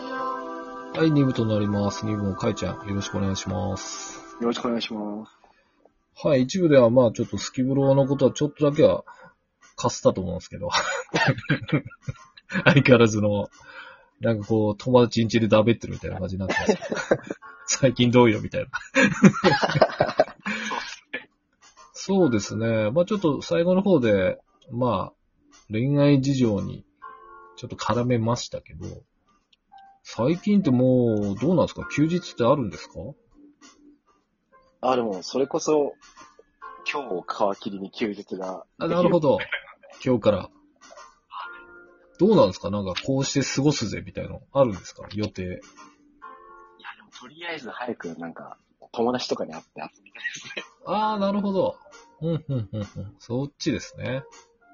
はい、2部となります。2部もかいちゃん、よろしくお願いします。よろしくお願いします。はい、一部ではまあちょっとスキブロのことはちょっとだけは、かすったと思うんですけど。 相変わらずの、なんかこう、友達ん家でダベってるみたいな感じになってます。最近どうよみたいな。そうですね。まあちょっと最後の方で、まあ恋愛事情にちょっと絡めましたけど、最近ってもう、どうなんですか休日ってあるんですかあ、でも、それこそ、今日を皮切りに休日が。あ、なるほ。ど。今日から。どうなんですかなんかこうして過ごすぜみたいなのあるんですか予定。いや、でも、とりあえず早く、なんか、友達とかに会って遊びたいですね。ああ、なるほど。うん、うん、うん、うん。そっちですね。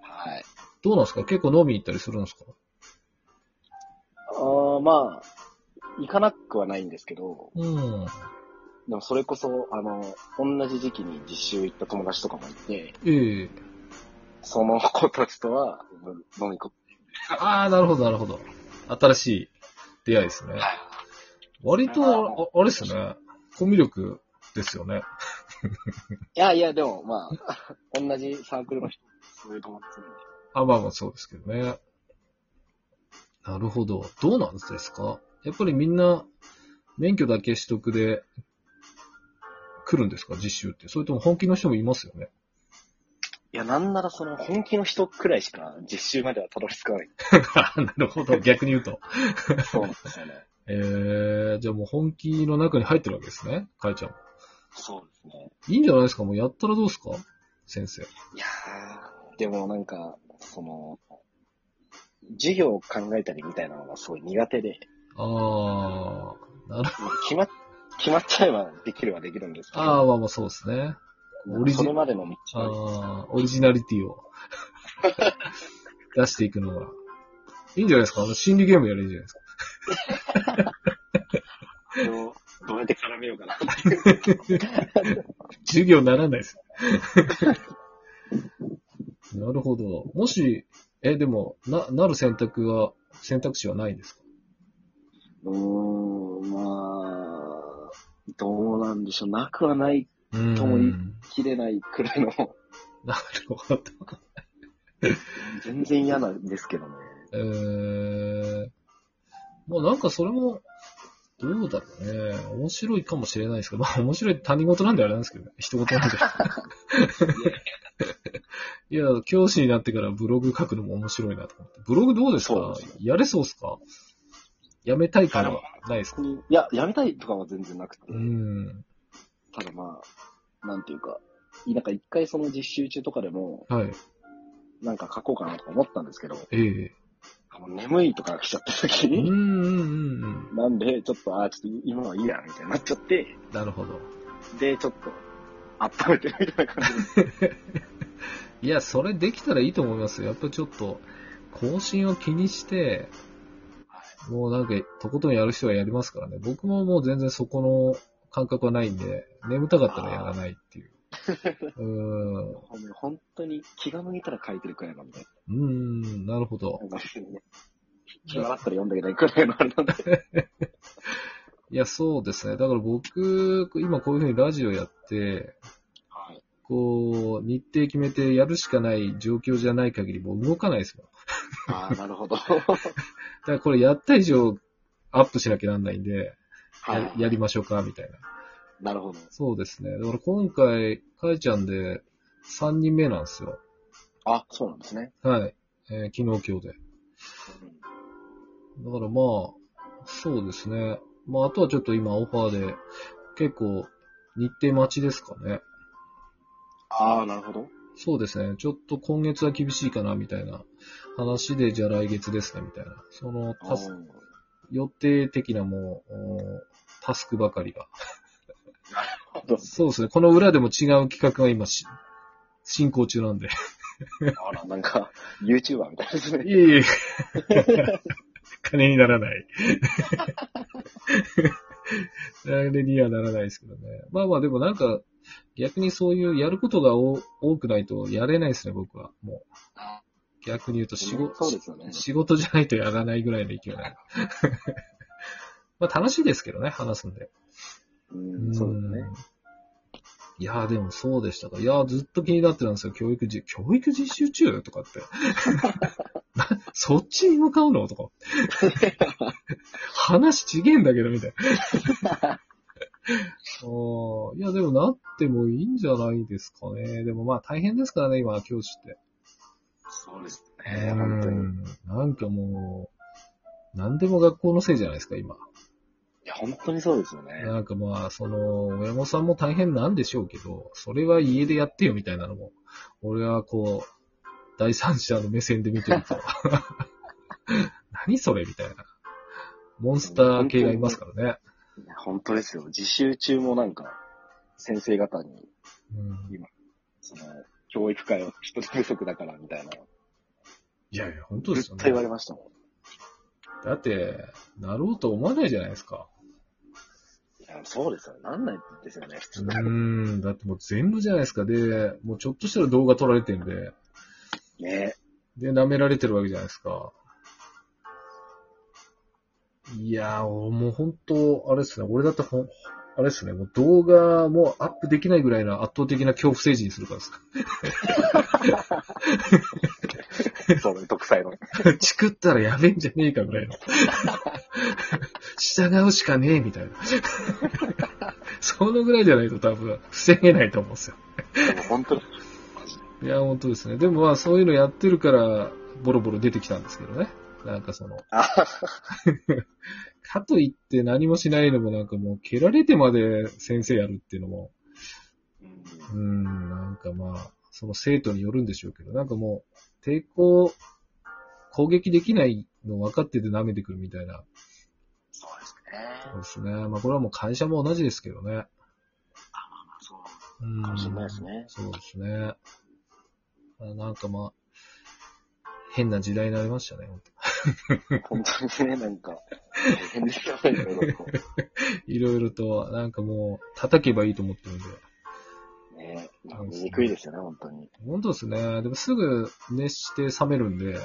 はい。どうなんですか結構飲みに行ったりするんですかあーまあ、行かなくはないんですけど、うん。でも、それこそ、あの、同じ時期に実習行った友達とかもいて、ええその子たちとは、うん飲みこ、ああ、なるほど、なるほど。新しい出会いですね。割と、ああれですね。コミュ力ですよね。いやいや、でも、まあ、同じサークルの人、そういう友達なんであ、まあまあそうですけどね。なるほど。どうなんですかやっぱりみんな、免許だけ取得で来るんですか実習って。それとも本気の人もいますよね。いや、なんならその、本気の人くらいしか実習まではたどり着かない。 なるほど。逆に言うと。そうなんですよ ね。えー、じゃあもう本気の中に入ってるわけですね。かえちゃんも。そうですね。いいんじゃないですかもうやったらどうですか先生。いやー、でもなんか、その、授業を考えたりみたいなのがすごい苦手で、あー、なるまあ決まっ、決まっちゃえばできるはできるんですけど、あー、まあまあそうですね。オリジそれまでの道のりああ、オリジナリティを 出していくのが。いいんじゃないですかあの心理ゲームやればいいんじゃないですかをどうやって絡めようかな。授業ならないです。 なるほど。もし、え、でも、な、なる選択は、選択肢はないんですかうーん、まあ、どうなんでしょう。なくはない、うーんともい切れないくらいの、 なるほど。全然嫌なんですけどね。えー、まあなんかそれも、どうだろうね。面白いかもしれないですけど、 まあ面白いって他人事なんであれなんですけどね。人事なんで。 いや、教師になってからブログ書くのも面白いなと思って。ブログどうですそうかですねやれそうですかやめたい感はないですか別にいや、やめたいとかは全然なくて。うん。ただまあ、なんていうか、いなんか一回その実習中とかでも、はい。なんか書こうかなとか思ったんですけど、ええあの眠いとか来ちゃった時うんに、うんうんうん。なんで、ちょっと、ああ、ちょっと今はいいや、みたいになっちゃって、なるほど。で、ちょっと、温めてるみたいな感じです。いや、それできたらいいと思いますよ。やっぱちょっと、更新を気にして、もうなんか、とことんやる人はやりますからね。僕ももう全然そこの感覚はないんで、眠たかったらやらないっていう。うーん。うもう本当に気が向いたら書いてるくらいなんで、ーん、なるほどな。んか気があったら読んだけないくらいのあれなんで。いや、そうですね。だから僕、今こういうふうにラジオやって、はい。こう、日程決めてやるしかない状況じゃない限り、もう動かないですよ。ああ、なる ほど。だからこれやった以上、アップしなきゃなんないんで、はやい。やりましょうか、みたいな。なるほど。そうですね。だから今回、かえちゃんで3人目なんですよ。あ、そうなんですね。はい。えー昨日今日で。うんだからまあ、そうですね。まあ、あとはちょっと今オファーで、結構、日程待ちですかね。ああ、なるほど。そうですね。ちょっと今月は厳しいかな、みたいな話で、じゃあ来月ですね、みたいな。その、あタスー予定的なもう、おータスクばかりが。そうですね。この裏でも違う企画が今し、進行中なんで。あら、なんか、YouTuber みたいですね。いえい え。金にならない。 金にはならないですけどね。まあまあでもなんか、逆にそういうやることがお多くないとやれないですね、僕は。もう。逆に言うと仕事、そうですよね。仕事じゃないとやらないぐらいの勢いなの まあ楽しいですけどね、話すんで。うん、そうだね。いやーでもそうでしたか。いやーずっと気になってたんですよ。教育じ、教育実習中とかって。 なそっちに向かうのとか。話ちげえんだけど、みたいな。おいや、でもなってもいいんじゃないですかね。でもまあ大変ですからね、今、教師って。そうですね、本当うに。いんなんかもう、なんでも学校のせいじゃないですか、今。や、本当にそうですよね。なんかまあ、その、親御さんも大変なんでしょうけど、それは家でやってよみたいなのも、俺はこう、第三者の目線で見てると、何それみたいな。モンスター系がいますからね。いや本当ですよ。自習中もなんか、先生方に、うん、その、教育界は人手不足だからみたいな。いやいや、本当でずっすよとね。言われましたもだって、なろうと思わないじゃないですか。ん。いや、そうですよ。なんないですよね、普う通ね。ーん、だってもう全部じゃないですか。で、もうちょっとしたら動画撮られてんで、ねで、舐められてるわけじゃないですか。いやー、もう本当、あれですね、俺だってほん、あれですね、もう動画もアップできないぐらいの圧倒的な恐怖政治にするから です。そうね、独裁の。チクったらやべえんじゃねえかぐらいの。従うしかねえみたいな。 そのぐらいじゃないと多分、防げないと思うんですよ。でも本当に。いや、本当ですね。でもまあ、そういうのやってるから、ボロボロ出てきたんですけどね。なんかその、あかといって何もしないのもなんかもう蹴られてまで先生やるっていうのも、うんうーん、なんかまあ、その生徒によるんでしょうけど、なんかもう、抵抗、攻撃できないの分かってて舐めてくるみたいな。そうですねそ。うですね。まあこれはもう会社も同じですけどね。そううん。かもしれないですねそうですね。あなんかまあ、変な時代になりましたね。本本当にね、なんか、大変ですよね、いろいろと。当いろいろと、なんかもう、叩けばいいと思ってるんで。ねまあ見にくいですよね、本当に。本当ですね。でもすぐ熱して冷めるんで、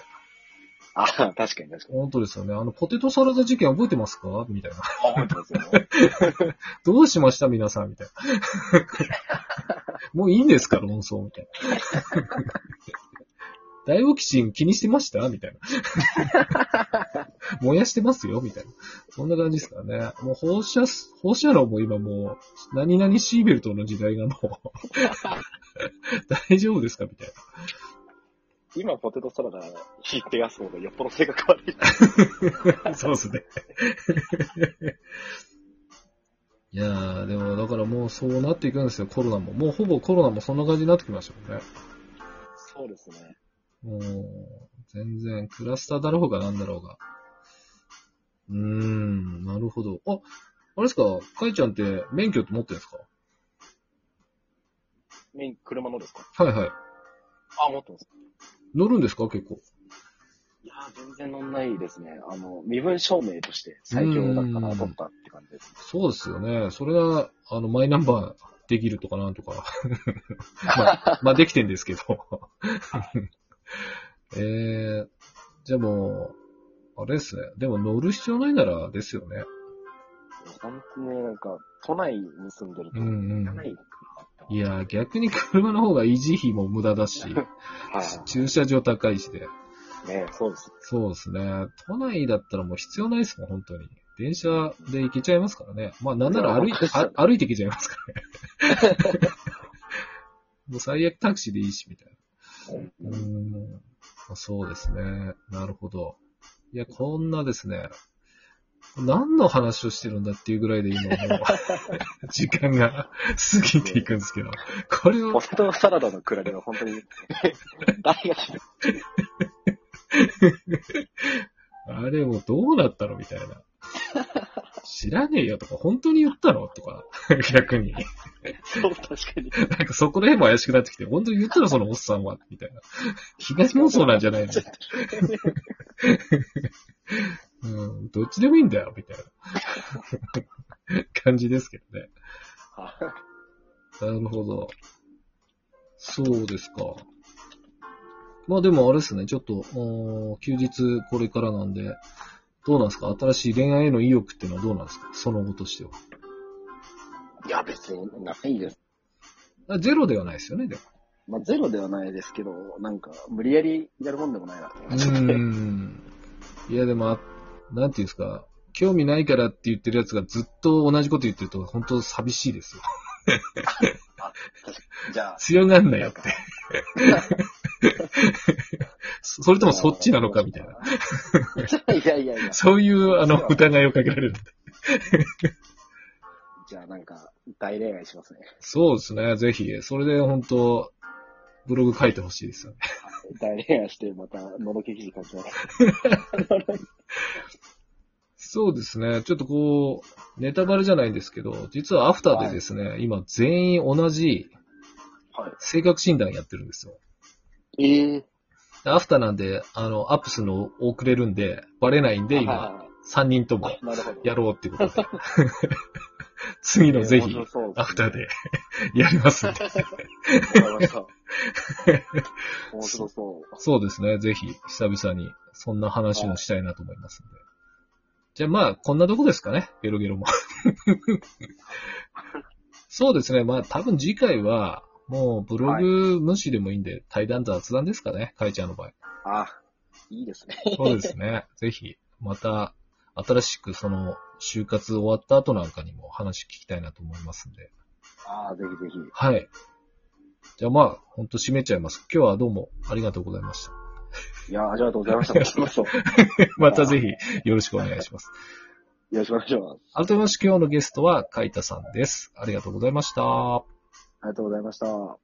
あ確かに確かに。本当ですよね。あの、ポテトサラダ事件覚えてますかみたいな。 あ覚えてますよね。どうしました皆さんみたいな。 もういいんですか論争みたい な。ダイオキシン気にしてましたみたいな。 燃やしてますよみたいな。そんな感じですからね。もう放射す、放射炉も今もう、何々シーベルトの時代がもう、大丈夫ですかみたいな。今、ポテトサラダ引いてやす方がよっぽど性格悪い。そうですね。いやー、でもだからもうそうなっていくんですよ、コロナも。もうほぼコロナもそんな感じになってきましたよね。そうですね。もう、全然、クラスターだろうがなんだろうが。うーん、なるほど。あ、あれですか、かいちゃんって免許って持ってるんですかメイン、車のですかはいはい。あ、持ってます。乗るんですか結構。いやー、全然乗んないですね。あの、身分証明として最強だったうな、ん取ったって感じですね。そうですよね。それが、あの、マイナンバーできるとかなんと か。まあ、まあ、できてんですけど。 えー、じゃあもう、あれですね。でも乗る必要ないならですよね。本当ね、なんか、都内に住んでると、うんうん行かない車あったわいやー、逆に車の方が維持費も無駄だ し、はい駐車場高いしで。ねそうです。そうですね。都内だったらもう必要ないですもん、本当に。電車で行けちゃいますからね。まあ、なんなら歩いいや本当ですよあ歩いて行けちゃいますからね。 もう最悪タクシーでいいし、みたいな。うーん。まあそうですね。なるほど。いや、こんなですね。何の話をしてるんだっていうぐらいで今も う、時間が過ぎていくんですけど。これを ポテトサラダのクラゲは本当 に、大変ですあれもうどうなったのみたいな。知らねえよとか、本当に言ったのとか、逆に。そう、確かに。なんかそこら辺も怪しくなってきて、本当に言ったのそのおっさんは、みたいな。東妄想なんじゃないのうん、どっちでもいいんだよ、みたいな感じですけどね。 はなるほど。そうですか。まあでもあれですね、ちょっと、おー休日これからなんで、どうなんですか新しい恋愛への意欲っていうのはどうなんですかその後としては。いや、別にないです。あゼロではないですよね、でも。まあ、ゼロではないですけど、なんか、無理やりやるもんでもないなってう感じで。ーん。いや、でも、あなんていうんですか、興味ないからって言ってるやつがずっと同じこと言ってると、本当寂しいですよ。 じゃあ、強がんなよって。て。 そそれともそっちなのかみたいな。な。 いやいやいや。そういう、あの、疑いをかけられる。じゃあ、なんか、大恋愛しますね。そうですね、ぜひ。それで本当、ブログ書いてほしいですよね。大恋愛して、また、のろけ記事書きます。そうですね、ちょっとこう、ネタバレじゃないんですけど、実はアフターでですね、今全員同じは性格診断やってるんですよ。い。ええでアフターなんで、あの、アップするの遅れるんで、バレないん で、今、3人ともなるほど。やろうってことで。 次のぜひ面、白そうすねアフター。で やりますんで。わかりました 面白そう。そうですね、ぜひ、久々に、そんな話もしたいなと思いますんで。じゃあまあ、こんなとこですかね、ゲロゲ ロも。そうですね、まあ多分次回は、もうブログ無視でもいいんで、対談雑談ですかね、かいちゃんの場合。あ、いいですね。そうですね。ぜひ、また、新しくその、就活終わった後なんかにも話聞きたいなと思いますんで。ああ、ぜひぜひ。はい。じゃあまあ、ほんと締めちゃいます。今日はどうもありがとうございました。いやー、ありがとうございました。こちらこそよ またぜひ、よろしくお願いします。ろしくお願いします。改めまして今日のゲストは、かいたさんです。ありがとうございました。ありがとうございました。